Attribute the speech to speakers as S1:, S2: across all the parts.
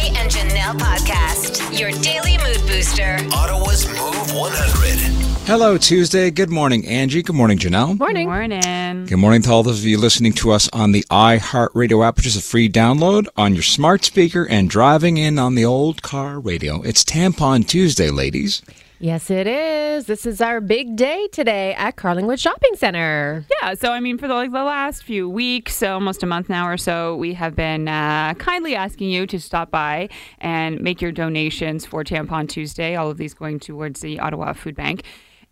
S1: Lifestyle Podcast, your daily mood booster.
S2: Ottawa's Move 100.
S3: Hello, Tuesday. Good morning, Angie. Good morning, Janelle.
S4: Morning.
S5: Morning.
S3: Good morning to all those of you listening to us on the iHeartRadio app, which is a free download on your smart speaker and driving in on the old car radio. It's Tampon Tuesday, ladies.
S4: Yes, it is. This is our big day today at Carlingwood Shopping Center.
S5: Yeah, so I mean, for the, like the last few weeks, so almost a month now or so, we have been uh, kindly asking you to stop by and make your donations for Tampon Tuesday. All of these going towards the Ottawa Food Bank.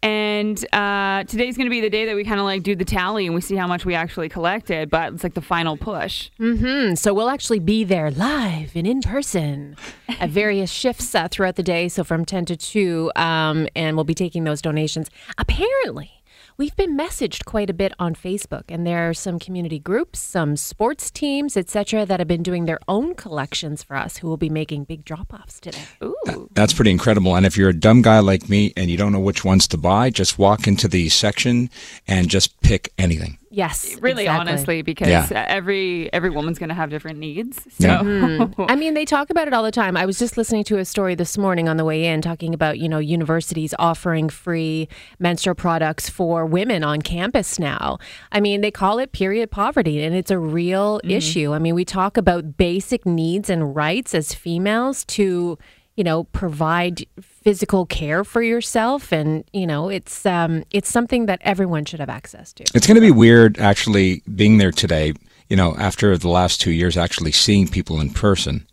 S5: And uh, today's going to be the day that we kind of like do the tally and we see how much we actually collected, but it's like the final push.
S4: Mm, So we'll actually be there live and in person at various shifts uh, throughout the day. So from 10 to 2, um, and we'll be taking those donations. Apparently, we've been messaged quite a bit on Facebook, and there are some community groups, some sports teams, etc., that have been doing their own collections for us who will be making big drop offs today.
S5: Ooh.
S3: That's pretty incredible. And if you're a dumb guy like me and you don't know which ones to buy, just walk into the section and just pick anything.
S4: Yes.
S5: Really,
S4: exactly.
S5: honestly, because
S3: Yeah.
S5: uh, every every woman's going to have different needs. So.
S3: Yeah. Mm-hmm.
S4: I mean, they talk about it all the time. I was just listening to a story this morning on the way in talking about, you know, universities offering free menstrual products for women on campus now. I mean, they call it period poverty, and it's a real issue. I mean, we talk about basic needs and rights as females to, you know, provide physical care for yourself and, you know, it's um it's something that everyone should have access to.
S3: It's going to be weird actually being there today, you know, after the last two years, actually seeing people in person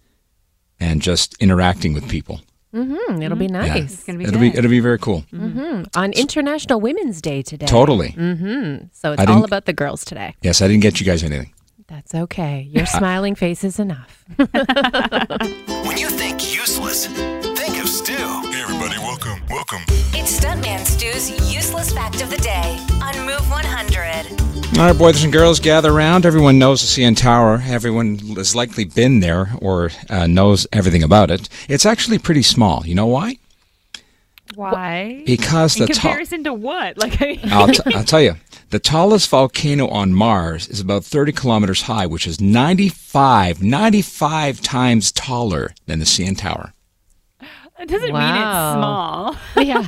S3: and just interacting with people.
S4: Mm, it'll be
S3: Yeah.
S4: nice.
S5: gonna be
S3: it'll be
S5: good. Mm-hmm.
S3: it'll be very cool. Mm-hmm.
S4: On International Women's Day today.
S3: Totally.
S4: So
S3: I
S4: it's all
S3: didn't-
S4: about the girls today.
S3: Yes, I didn't get you guys anything.
S4: That's okay. Your smiling face is enough.
S2: When you think useless, think of Stu. Hey, everybody, welcome, welcome.
S1: It's Stuntman Stu's useless fact of the day on Move 100.
S3: All right, boys and girls, gather around. Everyone knows the CN Tower. Everyone has likely been there or uh, knows everything about it. It's actually pretty small. You know why?
S5: Why?
S3: Because
S5: In
S3: the top.
S5: comparison to what? Like, I mean,
S3: I'll, t- I'll tell you, the tallest volcano on Mars is about 30 kilometers high, which is 95, 95 times taller than the CN Tower.
S5: it doesn't mean it's
S4: Wow.
S5: small.
S4: yeah.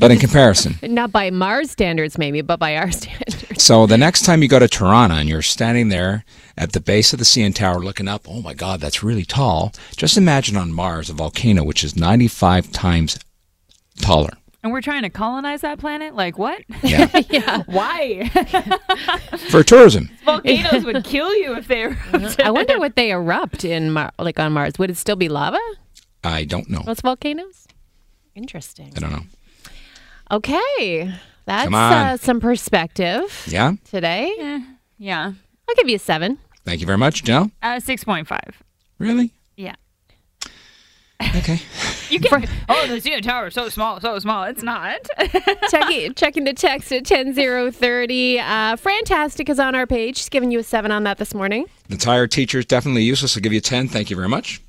S3: But in comparison,
S4: Not by Mars standards, maybe, but by our standards.
S3: So the next time you go to Toronto and you're standing there at the base of the CN Tower looking up, oh my God, that's really tall. Just imagine on Mars a volcano which is 95 times taller.
S5: And we're trying to colonize that planet? Like, what?
S3: Yeah.
S5: Why?
S3: For tourism.
S5: Volcanoes would kill you if they were.
S4: I wonder what they erupt in, Mar- like on Mars. Would it still be lava?
S3: I don't know.
S4: Those volcanoes? Interesting.
S3: I don't know.
S4: Okay. That's
S3: Come on.
S4: uh, some perspective
S3: Yeah.
S4: today.
S5: yeah.
S4: I'll give you a seven.
S3: Thank you very much, Janelle.
S5: Uh, 6.5.
S3: Really?
S5: Yeah.
S3: Okay.
S5: You can. oh, the CN Tower is so small, so small. It's not.
S4: checking, checking the text at 10030. Uh, Fantastic is on our page. She's giving you a seven on that this morning.
S3: The tire teacher is definitely useless. I'll give you 10. Thank you very much.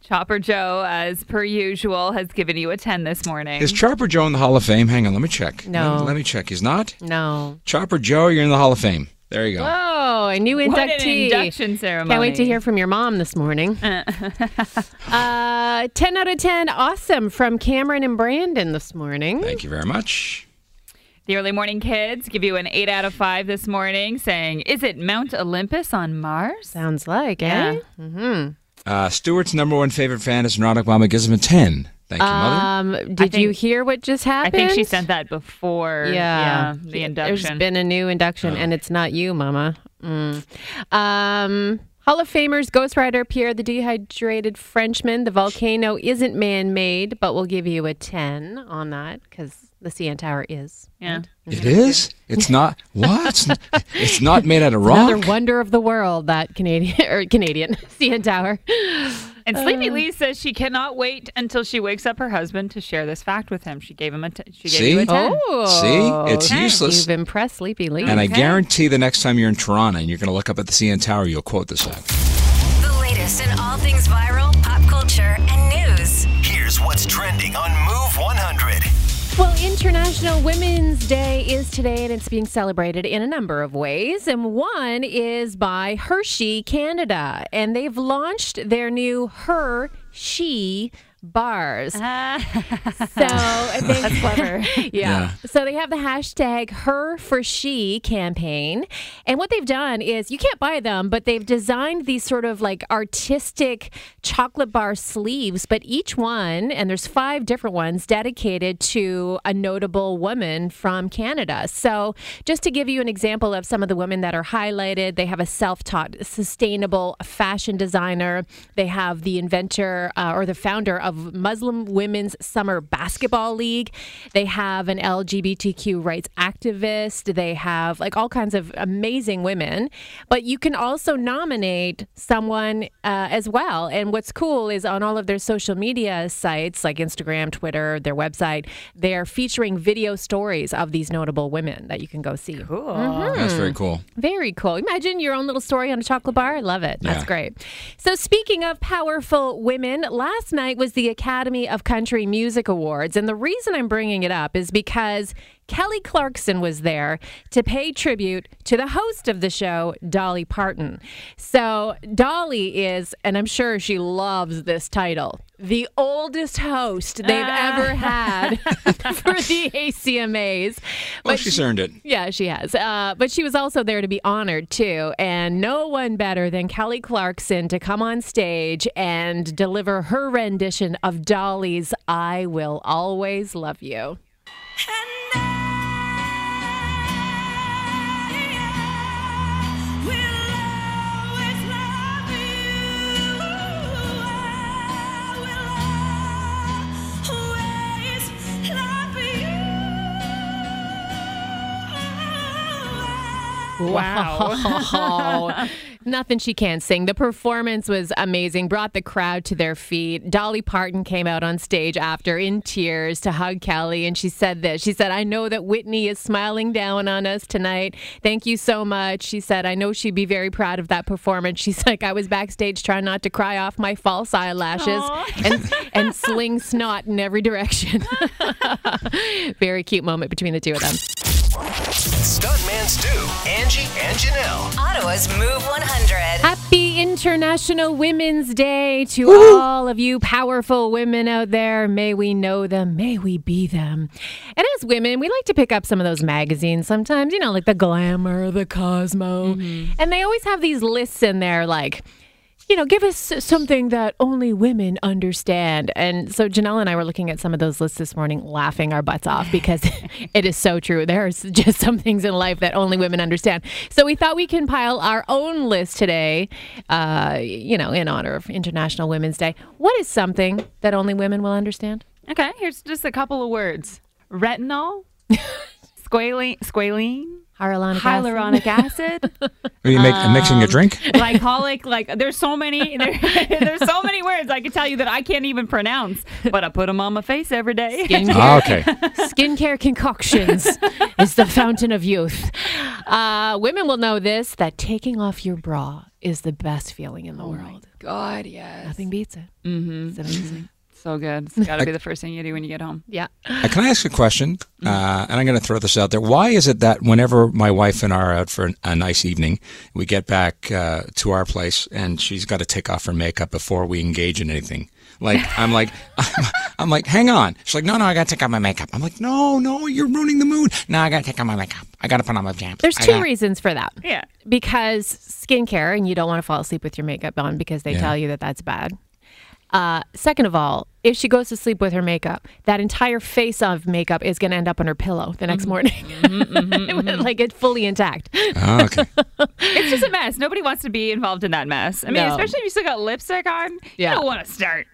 S5: Chopper Joe, as per usual, has given you a 10 this morning.
S3: Is Chopper Joe in the Hall of Fame? Hang on, let me check.
S4: No.
S3: Let, let me check. He's not?
S4: No.
S3: Chopper Joe, you're in the Hall of Fame. There you go.
S4: Oh, a new inductee.
S5: what an induction ceremony.
S4: Can't wait to hear from your mom this morning. uh, 10 out of 10, awesome from Cameron and Brandon this morning.
S3: Thank you very much.
S5: The early morning kids give you an 8 out of 5 this morning, saying, Is it Mount Olympus on Mars?
S4: Sounds like,
S5: Yeah.
S4: eh?
S3: Uh, Stuart's number one favorite fan is Veronica Obama. Gives him a 10. Thank you, Mother.
S4: Um, did you
S5: think-
S4: hear what just
S5: I
S4: happened?
S5: think she sent that before
S4: Yeah.
S5: the
S4: There's
S5: induction.
S4: been a new induction, and it's not you, Mama. Mm. Um, Hall of Famers, Ghost Rider, Pierre the Dehydrated Frenchman. The volcano isn't man made, but we'll give you a 10 on that because the CN Tower is.
S5: yeah.
S3: It is? It's not. What? It's n- It's not made out of rock?
S4: Another wonder of the world, that Canadian or Canadian CN Tower.
S3: Oh.
S5: And Sleepy Lee says she cannot wait until she wakes up her husband to share this fact with him. She gave him a t- she gave
S3: See?
S5: you a 10.
S4: Oh.
S3: See? It's useless.
S4: You've impressed Sleepy Lee.
S3: And I guarantee the next time you're in Toronto and you're going to look up at the CN Tower, you'll quote this fact.
S1: The latest in all things viral, pop culture, and news.
S2: Here's what's trending on Move 100.
S4: well, International Women's Day is today, and it's being celebrated in a number of ways. And one is by Hershey Canada, and they've launched their new Her she bars. So they,
S5: That's clever.
S4: yeah. So they have the hashtag her for she campaign. And what they've done is you can't buy them, but they've designed these sort of like artistic chocolate bar sleeves, but each one, and there's five different ones dedicated to a notable woman from Canada. So just to give you an example of some of the women that are highlighted, they have a self taught sustainable fashion designer, they have the inventor uh, or the founder of Muslim Women's Summer Basketball League. They have an LGBTQ rights activist. They have like all kinds of amazing women. But you can also nominate someone uh, as well. And what's cool is on all of their social media sites like Instagram, Twitter, their website, they're featuring video stories of these notable women that you can go see.
S5: Cool.
S3: That's very cool. Oh,
S4: Very cool. Imagine your own little story on a chocolate bar. I love it. That's
S3: Yeah.
S4: great. So, speaking of powerful women, last night was the Academy of Country Music Awards. And the reason I'm bringing it up is because Kelly Clarkson was there to pay tribute to the host of the show, Dolly Parton. So, Dolly is, and I'm sure she loves this title, the oldest host they've
S3: Ah.
S4: ever had for the ACMAs.
S3: Well, she's earned it.
S4: Yeah, she has. Uh, but she was also there to be honored, too. And no one better than Kelly Clarkson to come on stage and deliver her rendition of Dolly's I Will Always Love You.
S5: Oh.
S4: Wow. Nothing she can't sing. The performance was amazing, brought the crowd to their feet. Dolly Parton came out on stage after in tears to hug Kelly, and she said this. She said, I know that Whitney is smiling down on us tonight. Thank you so much. She said, I know she'd be very proud of that performance. She's like, I was backstage trying not to cry off my false eyelashes and, and sling snot in every direction. very cute moment between the two of them.
S2: Stuntman Stu, Angie, and Janelle.
S1: Ottawa's Move 100.
S4: Happy International Women's Day to all of you powerful women out there. May we know them, may we be them. And as women, we like to pick up some of those magazines sometimes, you know, like the Glamour, the Cosmo. And they always have these lists in there like, you know, give us something that only women understand. And so Janelle and I were looking at some of those lists this morning, laughing our butts off because it is so true. There are s- just some things in life that only women understand. So we thought we compile our own list today, uh, you know, in honor of International Women's Day. What is something that only women will understand?
S5: Okay, here's just a couple of words: retinol, squalene, squalene,
S4: Hyaluronic acid.
S5: hyaluronic acid,
S3: Are you make, mixing a drink?
S5: glycolic. Like, there's so many. There, there's so many words I could tell you that I can't even pronounce, but I put them on my face every day.
S3: Ah, okay.
S4: Skincare concoctions is the fountain of youth. Uh, women will know this that taking off your bra is the best feeling in the world.
S5: God, yes.
S4: Nothing beats it. Mm-hmm. It's amazing.
S5: So good. It's got to be the first thing you do when you get home.
S4: Yeah.
S3: Uh, Can I ask a question? Uh, and I'm going to throw this out there. Why is it that whenever my wife and I are out for an- a nice evening, we get back uh, to our place and she's got to take off her makeup before we engage in anything? Like I'm like I'm, I'm like hang on. She's like no no I got to take off my makeup. I'm like no no you're ruining the mood. No I got to take off my makeup. I got to put on my pajamas.
S4: There's
S3: I
S4: 2
S3: gotta-"
S4: reasons for that.
S5: Yeah.
S4: Because skincare, and you don't want to fall asleep with your makeup on because they
S3: Yeah.
S4: tell you that that's bad. Uh, second of all, if she goes to sleep with her makeup, that entire face of makeup is going to end up on her pillow the next morning. Mm-hmm, like it's fully intact.
S3: Oh, okay.
S5: It's just a mess. Nobody wants to be involved in that mess. I mean,
S4: No.
S5: especially if you still got lipstick on,
S4: Yeah.
S5: you don't want to start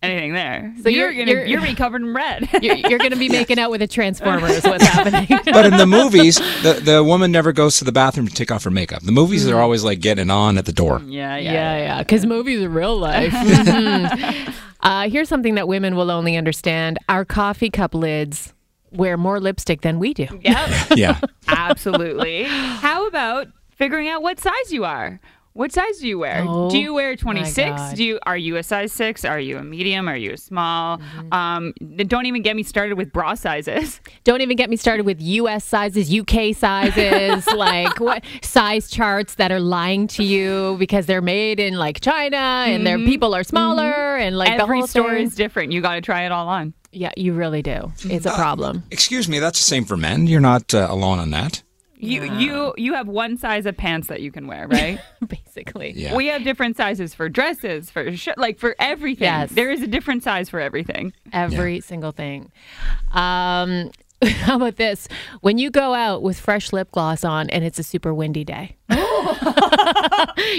S5: anything there.
S4: So
S5: So you're,
S4: you're-
S5: gonna
S4: you're-
S5: you're, be covered in red.
S4: You're, you're going to be making out with a transformer, is what's happening.
S3: but in the movies, the, the woman never goes to the bathroom to take off her makeup. The movies are always like getting on at the door.
S5: yeah,
S4: Yeah, yeah. Because movies are real life. Mhm. uh, here's something that women will only understand our coffee cup lids wear more lipstick than we do.
S5: Yep.
S3: Yeah.
S5: Absolutely. How about figuring out what size you are? What size do you wear?
S4: Oh,
S5: do you wear
S4: God.
S5: 26? Do you are you a size six? Are you a medium? Are you a small?
S4: Mm-hmm.
S5: Um, don't even get me started with bra sizes.
S4: Don't even get me started with US sizes, UK sizes, like what size charts that are lying to you because they're made in like China and their people are smaller and like the
S5: Every
S4: whole
S5: store
S4: thing.
S5: is different. You got to try it all on.
S4: Yeah, you really do. It's a problem.
S3: Excuse me, that's the same for men. You're not uh, alone on that.
S5: You you you have one size of pants that you can wear, right?
S4: basically.
S3: Yeah.
S5: We have different sizes for dresses, for sh- like for everything.
S4: Yes.
S5: There is a different size for everything.
S4: Every single thing. Um, how about this? When you go out with fresh lip gloss on and it's a super windy day.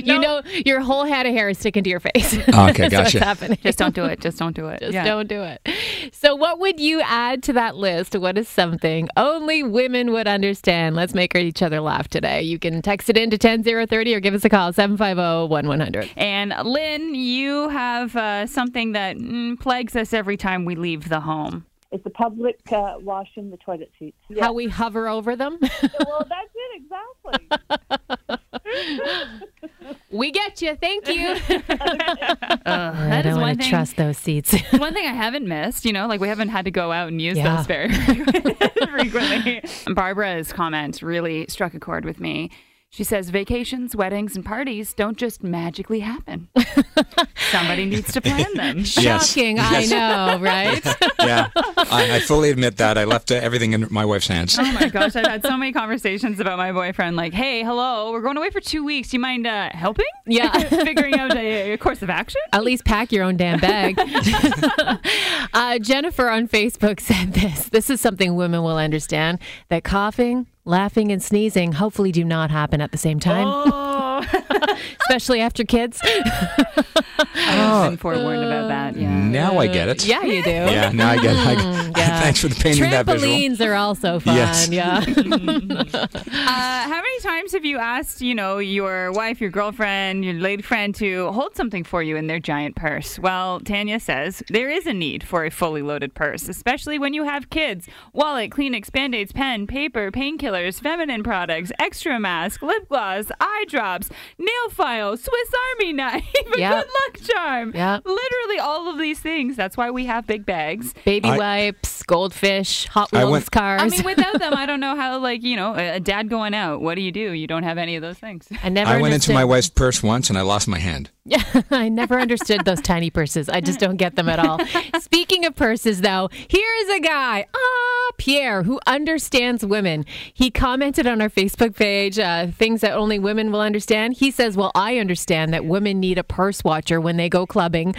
S4: You know your whole head of hair is sticking to your face.
S3: Okay,
S4: That's what's
S3: gotcha.
S4: happening.
S5: Just don't do it. Just don't do it.
S4: Just
S5: Yeah.
S4: don't do it. So, what would you add to that list? What is something only women would understand? Let's make each other laugh today. You can text it in to 10030 or give us a call oh, 750 1100.
S5: And Lynn, you have uh, something that mm, plagues us every time we leave the home.
S6: It's the public uh, washing the toilet seats.
S4: How we hover over them.
S6: well, that's it exactly.
S4: we get you. Thank you.
S5: that is one
S4: wanna
S5: thing.
S4: those seats.
S5: one thing I haven't missed. You know, like we haven't had to go out and use
S4: Yeah.
S5: those very frequently. Barbara's comment really struck a chord with me. She says vacations, weddings, and parties don't just magically happen. Somebody needs to plan them.
S3: Yes.
S4: Shocking,
S3: Yes.
S4: I know, right?
S3: yeah, I, I fully admit that. I left uh, everything in my wife's hands.
S5: Oh my gosh, I've had so many conversations about my boyfriend. Like, hey, hello, we're going away for two weeks. Do you mind uh, helping?
S4: Yeah.
S5: Figuring out a, a course of action?
S4: At least pack your own damn bag. uh, Jennifer on Facebook said this. This is something women will understand that coughing, laughing, and sneezing hopefully do not happen at the same time,
S5: Oh,
S4: especially after kids.
S5: I've been forewarned about that. Yeah.
S3: Now I get it.
S4: yeah, you do.
S3: Yeah, now I get it. I-
S4: yeah.
S3: Thanks for the painting that visual.
S4: Trampolines are also fun.
S3: Yes.
S4: Yeah.
S5: Uh, how many times have you asked, you know, your wife, your girlfriend, your lady friend to hold something for you in their giant purse? Well, Tanya says there is a need for a fully loaded purse, especially when you have kids. Wallet, Kleenex, Band-Aids, pen, paper, painkillers, feminine products, extra mask, lip gloss, eye drops, nail file, Swiss Army knife, a
S4: Yep.
S5: good luck charm.
S4: Yep.
S5: Literally all of these things. That's why we have big bags.
S4: Baby
S3: I-
S4: wipes, goldfish, Hot
S3: I
S4: Wheels
S3: went-
S4: cars.
S5: I mean, without them, I don't know how, like, you know, a a dad going out, what do you do? You don't have any of those things.
S4: I never
S3: I went into
S4: understood-
S3: my wife's purse once and I lost my hand.
S4: I never understood those tiny purses. I just don't get them at all. Speaking of purses, though, here's a guy, ah, Pierre, who understands women. He commented on our Facebook page, uh, things that only women will understand. He says, Well, I understand that women need a purse watcher when they go clubbing.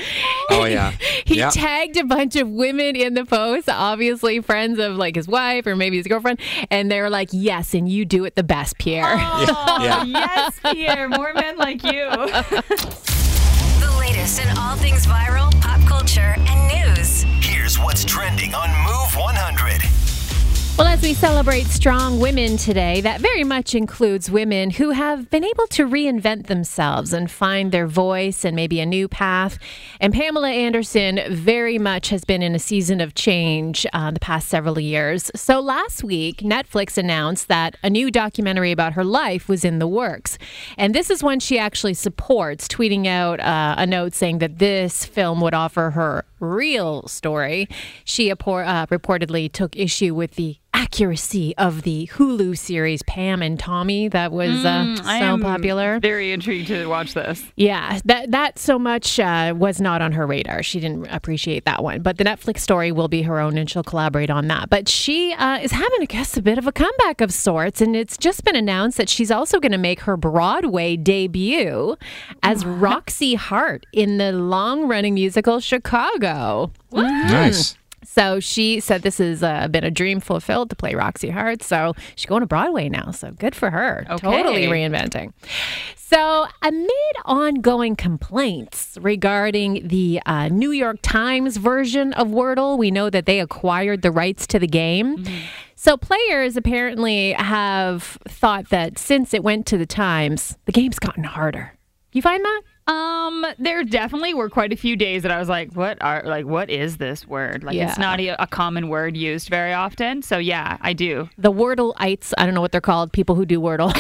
S3: Oh yeah.
S4: He
S3: yeah.
S4: tagged a bunch of women in the post, obviously friends of like his wife or maybe his girlfriend, and they were like, "Yes, and you do it the best, Pierre." Oh,
S3: yeah.
S5: yes, Pierre, more men like you.
S1: The latest in all things viral, pop culture, and news.
S2: Here's what's trending on Move 100.
S4: Well, as we celebrate strong women today, that very much includes women who have been able to reinvent themselves and find their voice and maybe a new path. And Pamela Anderson very much has been in a season of change uh, the past several years. So last week, Netflix announced that a new documentary about her life was in the works. And this is one she actually supports, tweeting out uh, a note saying that this film would offer her real story. She appor- uh, reportedly took issue with the accuracy of the Hulu series Pam and Tommy that was uh, so popular.
S5: Very intrigued to watch this.
S4: Yeah, that that so much uh, was not on her radar. She didn't appreciate that one. But the Netflix story will be her own, and she'll collaborate on that. But she uh, is having, I guess, a bit of a comeback of sorts, and it's just been announced that she's also going to make her Broadway debut as Roxy Hart in the long-running musical Chicago.
S3: Nice.
S4: So she said this has uh, been a dream fulfilled to play Roxy Hart. So she's going to Broadway now. So good for her. Totally reinventing. So, amid ongoing complaints regarding the uh, New York Times version of Wordle, we know that they acquired the rights to the game. So, players apparently have thought that since it went to the Times, the game's gotten harder. You find that?
S5: Um, there definitely were quite a few days that I was like, "What are like what is this word? Like it's
S4: Yeah.
S5: not e, a, a common word used very often." So yeah, I do.
S4: The Wordleites, I don't know what they're called, people who do Wordle,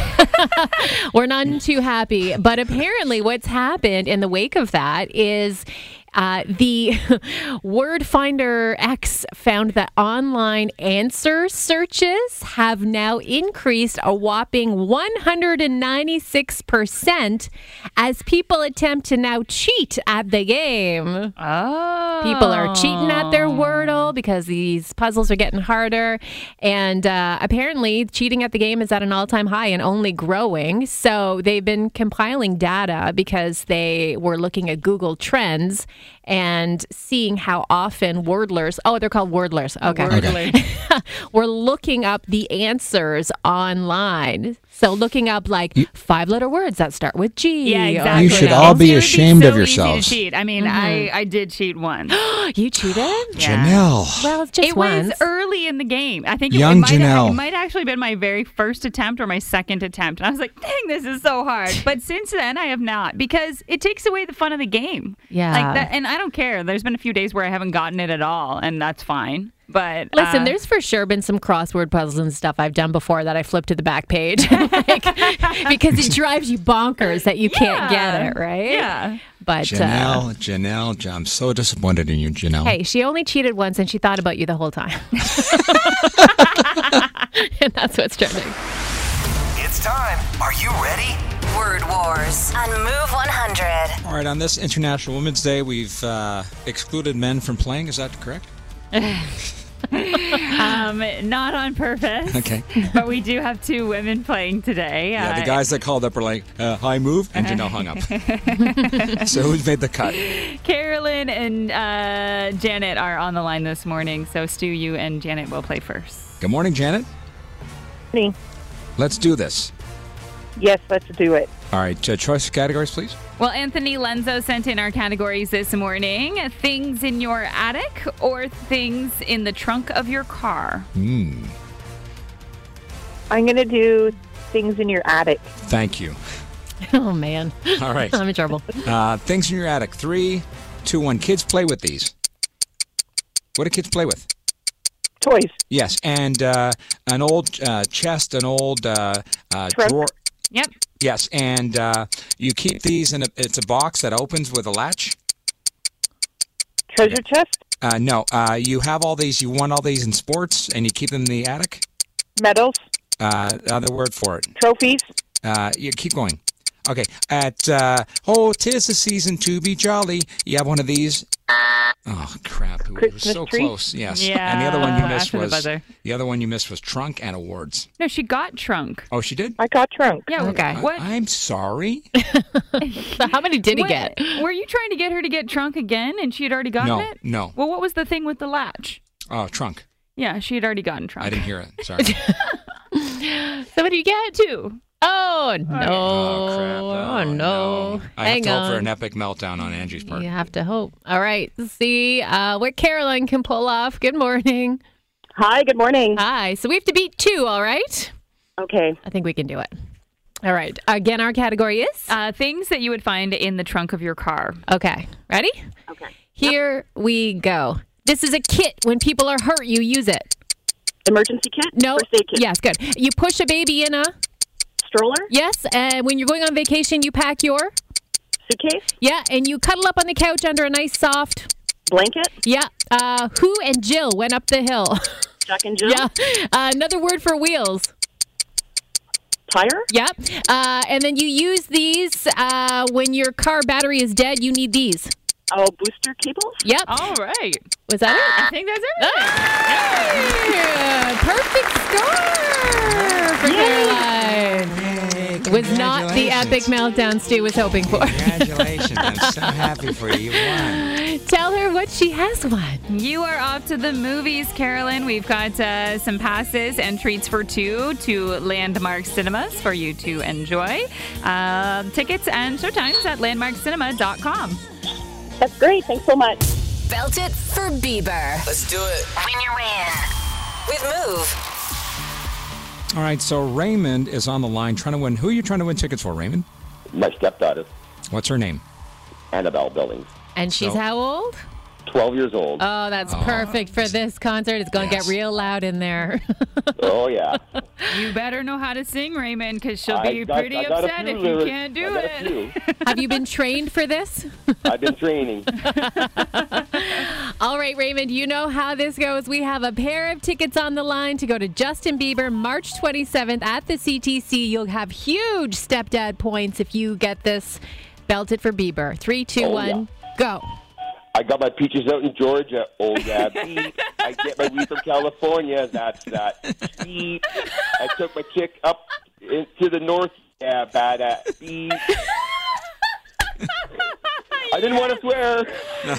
S4: were none too happy. But apparently, what's happened in the wake of that is uh, the Word Finder X found that online answer searches have now increased a whopping 196% as people attempt to now cheat at the game.
S5: Oh,
S4: People are cheating at their Wordle because these puzzles are getting harder. And uh, apparently, cheating at the game is at an all time high and only growing. So they've been compiling data because they were looking at Google Trends and seeing how often wordlers, oh, they're called wordlers. Okay.
S5: Wordler.
S4: we're looking up the answers online. So looking up like five letter words that start with G.
S5: Yeah,
S4: or-
S5: exactly.
S3: You should
S5: No.
S3: all be
S5: It would
S3: ashamed
S5: so
S3: of
S5: easy to
S3: yourselves.
S5: cheat. I mean, I I did cheat once.
S4: You cheated?
S5: Yeah.
S3: Janelle.
S4: Well, it's just
S5: it
S4: once.
S5: was early in the game. I think it,
S3: Young
S5: it, might have,
S3: Janelle.
S5: it might actually been my very first attempt or my second attempt. And I was like, dang, this is so hard. But since then, I have not because it takes away the fun of the game.
S4: Yeah.
S5: Like that, and I don't care. There's been a few days where I haven't gotten it at all, and that's fine. But
S4: Listen,
S5: uh,
S4: there's for sure been some crossword puzzles and stuff I've done before that I flipped to the back page like, because it drives you bonkers that you can't get
S5: Yeah.
S4: it, right?
S5: Yeah.
S4: But uh,
S3: Janelle, Janelle, Jan- I'm so disappointed in you, Janelle.
S4: hey, she only cheated once and she thought about you the whole time. and that's what's trending.
S2: It's time. Are you ready?
S1: Word Wars on Move 100.
S3: All right, on this International Women's Day, we've uh, excluded men from playing. Is that correct?
S5: um, not on purpose.
S3: Okay.
S5: but we do have two women playing today.
S3: Yeah, the
S5: Uh,
S3: guys that called up were like, uh, "High move," and Janelle hung up. so who's made the cut?
S5: Carolyn and uh, Janet are on the line this morning. So, Stu, you and Janet will play first.
S3: Good morning, Janet.
S6: Me.
S3: Let's do this.
S6: Yes, let's do it.
S3: All right, uh, choice of categories, please.
S5: Well, Anthony Lenzo sent in our categories this morning things in your attic or things in the trunk of your car.
S3: Mm,
S6: I'm going to do things in your attic.
S3: thank you.
S4: Oh, man.
S3: All right,
S4: I'm in trouble.
S3: uh, things in your attic. Three, two, one. Kids play with these. What do kids play with?
S6: Toys.
S3: Yes, and uh, an old uh, chest, an old uh, uh,
S6: Trunk.
S3: drawer.
S5: Yep.
S3: Yes, and uh, you keep these in a. It's a box that opens with a latch.
S6: Treasure chest.
S3: Uh, no, uh, you have all these. You want all these in sports, and you keep them in the attic.
S6: Medals.
S3: Uh, other word for it.
S6: Trophies.
S3: Uh, you keep going. Okay. At uh, oh, tis the season to be jolly. You have one of these. Oh crap! It was
S6: Christmas
S3: so
S6: tree?
S3: close. Yes. And the other one you
S5: Yeah,
S3: missed
S5: after the
S3: was
S5: buzzer.
S3: the other one you missed was trunk and awards.
S5: No, she got trunk.
S3: Oh, she did.
S6: I got trunk.
S5: Yeah.
S4: Okay.
S5: What?
S3: I'm sorry.
S4: So how many did he
S5: what-
S4: get?
S5: Were you trying to get her to get trunk again and she had already gotten
S3: No,
S5: it?
S3: no.
S5: Well, what was the thing with the latch?
S3: Oh, trunk.
S5: Yeah, she had already gotten trunk.
S3: I didn't hear it. Sorry.
S4: So what do you get?
S5: Two.
S4: Oh, no.
S3: Oh crap!
S4: Oh, no.
S3: I
S4: Hang
S3: have to
S4: on.
S3: hope for an epic meltdown on Angie's part.
S4: You have to hope. All right. See uh, what Caroline can pull off. Good morning.
S6: Hi, good morning.
S4: Hi. So we have to beat two, all right?
S6: Okay.
S4: I think we can do it. All right. Again, our category is.
S5: Uh, things that you would find in the trunk of your car.
S4: Okay. Ready? Okay. Here we go. This is a kit. When people are hurt, you use it.
S6: Emergency kit.
S4: No.
S6: First aid kit.
S4: Yes, good. You push a baby in a.
S6: Stroller.
S4: Yes. And when you're going on vacation, you pack your.
S6: Suitcase.
S4: Yeah. And you cuddle up on the couch under a nice soft.
S6: Blanket.
S4: Yeah. Uh, who and Jill went up the hill?
S6: Jack and Jill.
S4: yeah. Uh, another word for wheels.
S6: Tire.
S4: Yep. Uh, and then you use these uh, when your car battery is dead. You need these.
S6: Oh, booster cables.
S4: Yep.
S5: All right.
S4: Was that
S5: I think that's
S4: it?
S5: everything.
S4: Ah! Perfect score for Caroline. Was not the epic meltdown Stu was hoping for.
S3: Congratulations! I'm so happy for you. You won.
S4: Tell her what she has won.
S5: You are off to the movies, Carolyn. We've got uh, some passes and treats for two to Landmark Cinemas for you to enjoy. Uh, tickets and showtimes at landmarkcinema.com.
S6: That's great. Thanks so much.
S1: Belt it for Bieber.
S7: Let's do it.
S1: Win your win. With Move.
S3: All right. So Raymond is on the line trying to win. Who are you trying to win tickets for, Raymond?
S8: My stepdaughter.
S3: What's her name?
S7: Annabelle Billings,
S4: And she's
S3: So-
S4: how old?
S7: 12 years old.
S4: Oh, that's perfect for this concert. It's going to
S3: Yes.
S4: get real loud in there.
S7: oh, yeah.
S5: You better know how to sing, Raymond, because she'll
S7: I
S5: be
S7: got-
S5: pretty
S7: I got a
S5: upset
S7: few
S5: if you
S7: lyrics.
S5: can't
S7: I
S5: do
S7: got a
S5: it.
S7: few.
S4: Have you been trained for this?
S7: I've been training.
S4: All right, Raymond, you know how this goes. We have a pair of tickets on the line to go to Justin Bieber March 27th at the CTC. You'll have huge stepdad points if you get this belted for Bieber. Three, two,
S7: Oh,
S4: one, go.
S7: I got my peaches out in Georgia. Oh yeah, beep. I get my weed from California. That's that. Beep. I took my chick up into the north. Yeah, bad at beep. I didn't want to swear.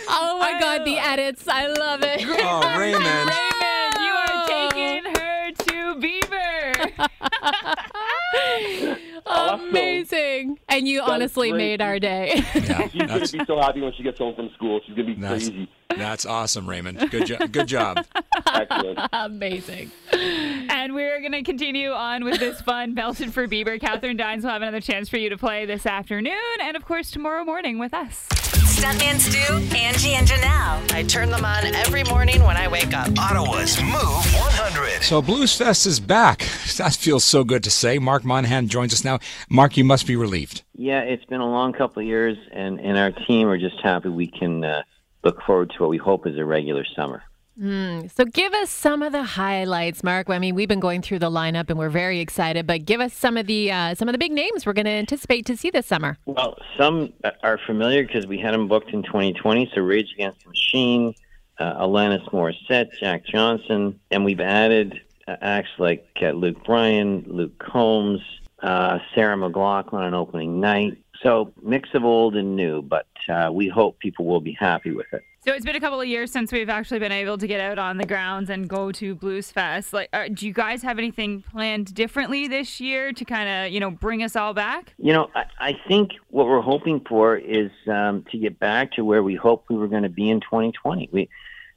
S4: Oh my God, the edits. I love it.
S3: Oh, Raymond.
S5: Raymond, you are taking her to Beaver.
S7: Awesome.
S4: Amazing. And you
S7: That's
S4: honestly
S7: great.
S4: made our day.
S3: Yeah,
S7: She's gonna
S3: that's,
S7: be so happy when she gets home from school. She's gonna be
S3: Nice.
S7: crazy.
S3: that's awesome, Raymond. Good job. Good job.
S7: Excellent.
S4: Amazing.
S5: and we're going to continue on with this fun Belted for Beaver. Catherine Dines will have another chance for you to play this afternoon and, of course, tomorrow morning with us.
S1: Stuntman Stu, Angie, and Janelle.
S8: I turn them on every morning when I wake up.
S2: Ottawa's Move 100.
S3: So Blues Fest is back. That feels so good to say. Mark Monahan joins us now. Mark, you must be relieved.
S9: Yeah, it's been a long couple of years, and, and our team are just happy we can uh, look forward to what we hope is a regular summer.
S4: So give us some of the highlights, Mark. I mean, we've been going through the lineup and we're very excited, but give us some of the uh, some of the big names we're going to anticipate to see this summer.
S9: Well, some uh, are familiar because we had them booked in 2020. So Rage Against the Machine, uh, Alanis Morissette, Jack Johnson, and we've added uh, acts like uh, Luke Bryan, Luke Combs, uh, Sarah McLaughlin on opening night. So mix of old and new, but uh, we hope people will be happy with it.
S5: So it's been a couple of years since we've actually been able to get out on the grounds and go to Blues Fest. Like, uh, do you guys have anything planned differently this year to kind of, you know, bring us all back?
S9: You know, I, I think what we're hoping for is um, to get back to where we hoped we were going to be in 2020. We,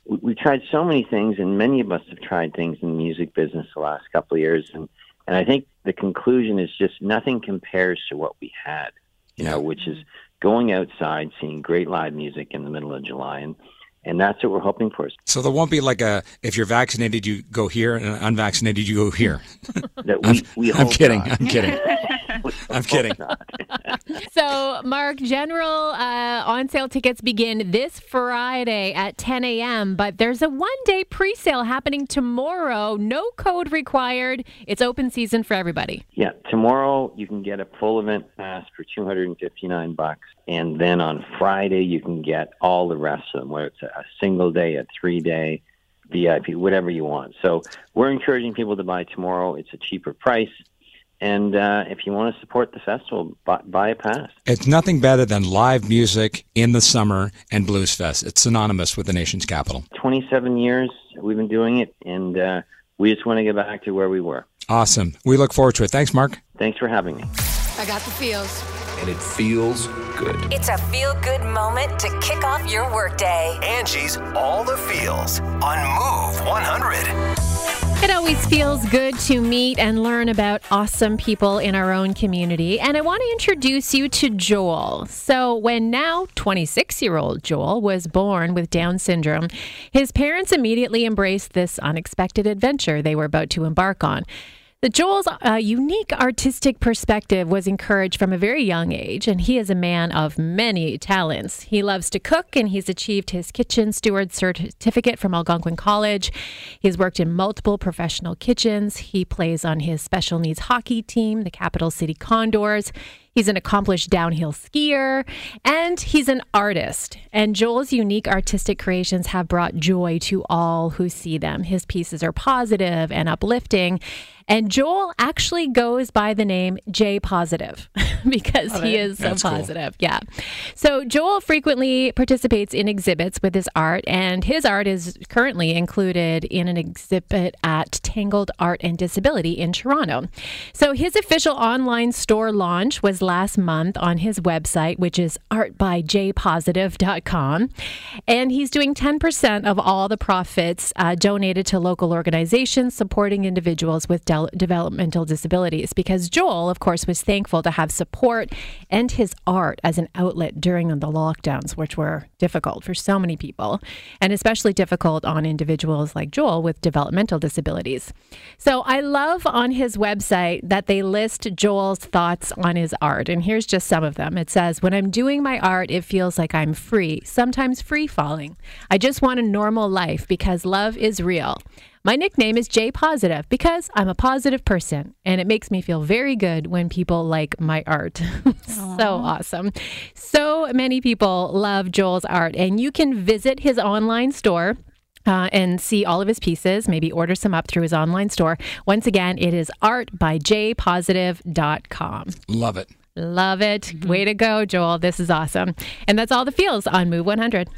S9: we we tried so many things, and many of us have tried things in the music business the last couple of years, and and I think the conclusion is just nothing compares to what we had. You know, which is going outside, seeing great live music in the middle of July, and and that's what we're hoping for.
S3: So there won't be like a if you're vaccinated you go here and unvaccinated you go here.
S9: That we, we
S3: I'm
S9: hope
S3: kidding.
S9: not.
S3: I'm kidding.
S9: We
S3: I'm
S9: hope
S3: kidding.
S9: not.
S4: So, Mark, general uh, on sale tickets begin this Friday at 10 a.m., but there's a one day pre sale happening tomorrow. No code required. It's open season for everybody.
S9: Yeah, tomorrow you can get a full event pass for 259 bucks and then on Friday you can get all the rest of them whether it's a a single day, a 3-day, VIP, whatever you want. So, we're encouraging people to buy tomorrow. It's a cheaper price. And uh, if you want to support the festival, buy, buy a pass.
S3: It's nothing better than live music in the summer and Blues Fest. It's synonymous with the nation's capital.
S9: 27 years we've been doing it and uh, we just want to get back to where we were.
S3: Awesome. We look forward to it. Thanks, Mark.
S9: Thanks for having me.
S8: I got the feels.
S10: and it feels good.
S1: It's a feel good moment to kick off your workday.
S2: Angie's All the Feels on Move 100.
S4: It always feels good to meet and learn about awesome people in our own community. And I want to introduce you to Joel. So, when now 26 year old Joel was born with Down syndrome, his parents immediately embraced this unexpected adventure they were about to embark on. The Joel's uh, unique artistic perspective was encouraged from a very young age, and he is a man of many talents. He loves to cook, and he's achieved his kitchen steward certificate from Algonquin College. He's worked in multiple professional kitchens. He plays on his special needs hockey team, the Capital City Condors. He's an accomplished downhill skier and he's an artist. And Joel's unique artistic creations have brought joy to all who see them. His pieces are positive and uplifting. And Joel actually goes by the name J Positive because he is so
S3: That's cool.
S4: positive. Yeah. So Joel frequently participates in exhibits with his art, and his art is currently included in an exhibit at Tangled Art and Disability in Toronto. So his official online store launch was last month on his website, which is artbyjpositive.com. And he's doing 10% of all the profits uh, donated to local organizations supporting individuals with del- developmental disabilities because Joel, of course, was thankful to have support and his art as an outlet during the lockdowns, which were difficult for so many people, and especially difficult on individuals like Joel with developmental disabilities. So I love on his website that they list Joel's thoughts on his art. And here's just some of them. It says, When I'm doing my art, it feels like I'm free, sometimes free falling. I just want a normal life because love is real. My nickname is J Positive because I'm a positive person, and it makes me feel very good when people like my art. so awesome. So many people love Joel's art, and you can visit his online store. Uh, and see all of his pieces, maybe order some up through his online store. Once again, it is artbyjpositive.com.
S3: Love it.
S4: Love it. Way to go, Joel. This is awesome. And that's all the feels on Move 100.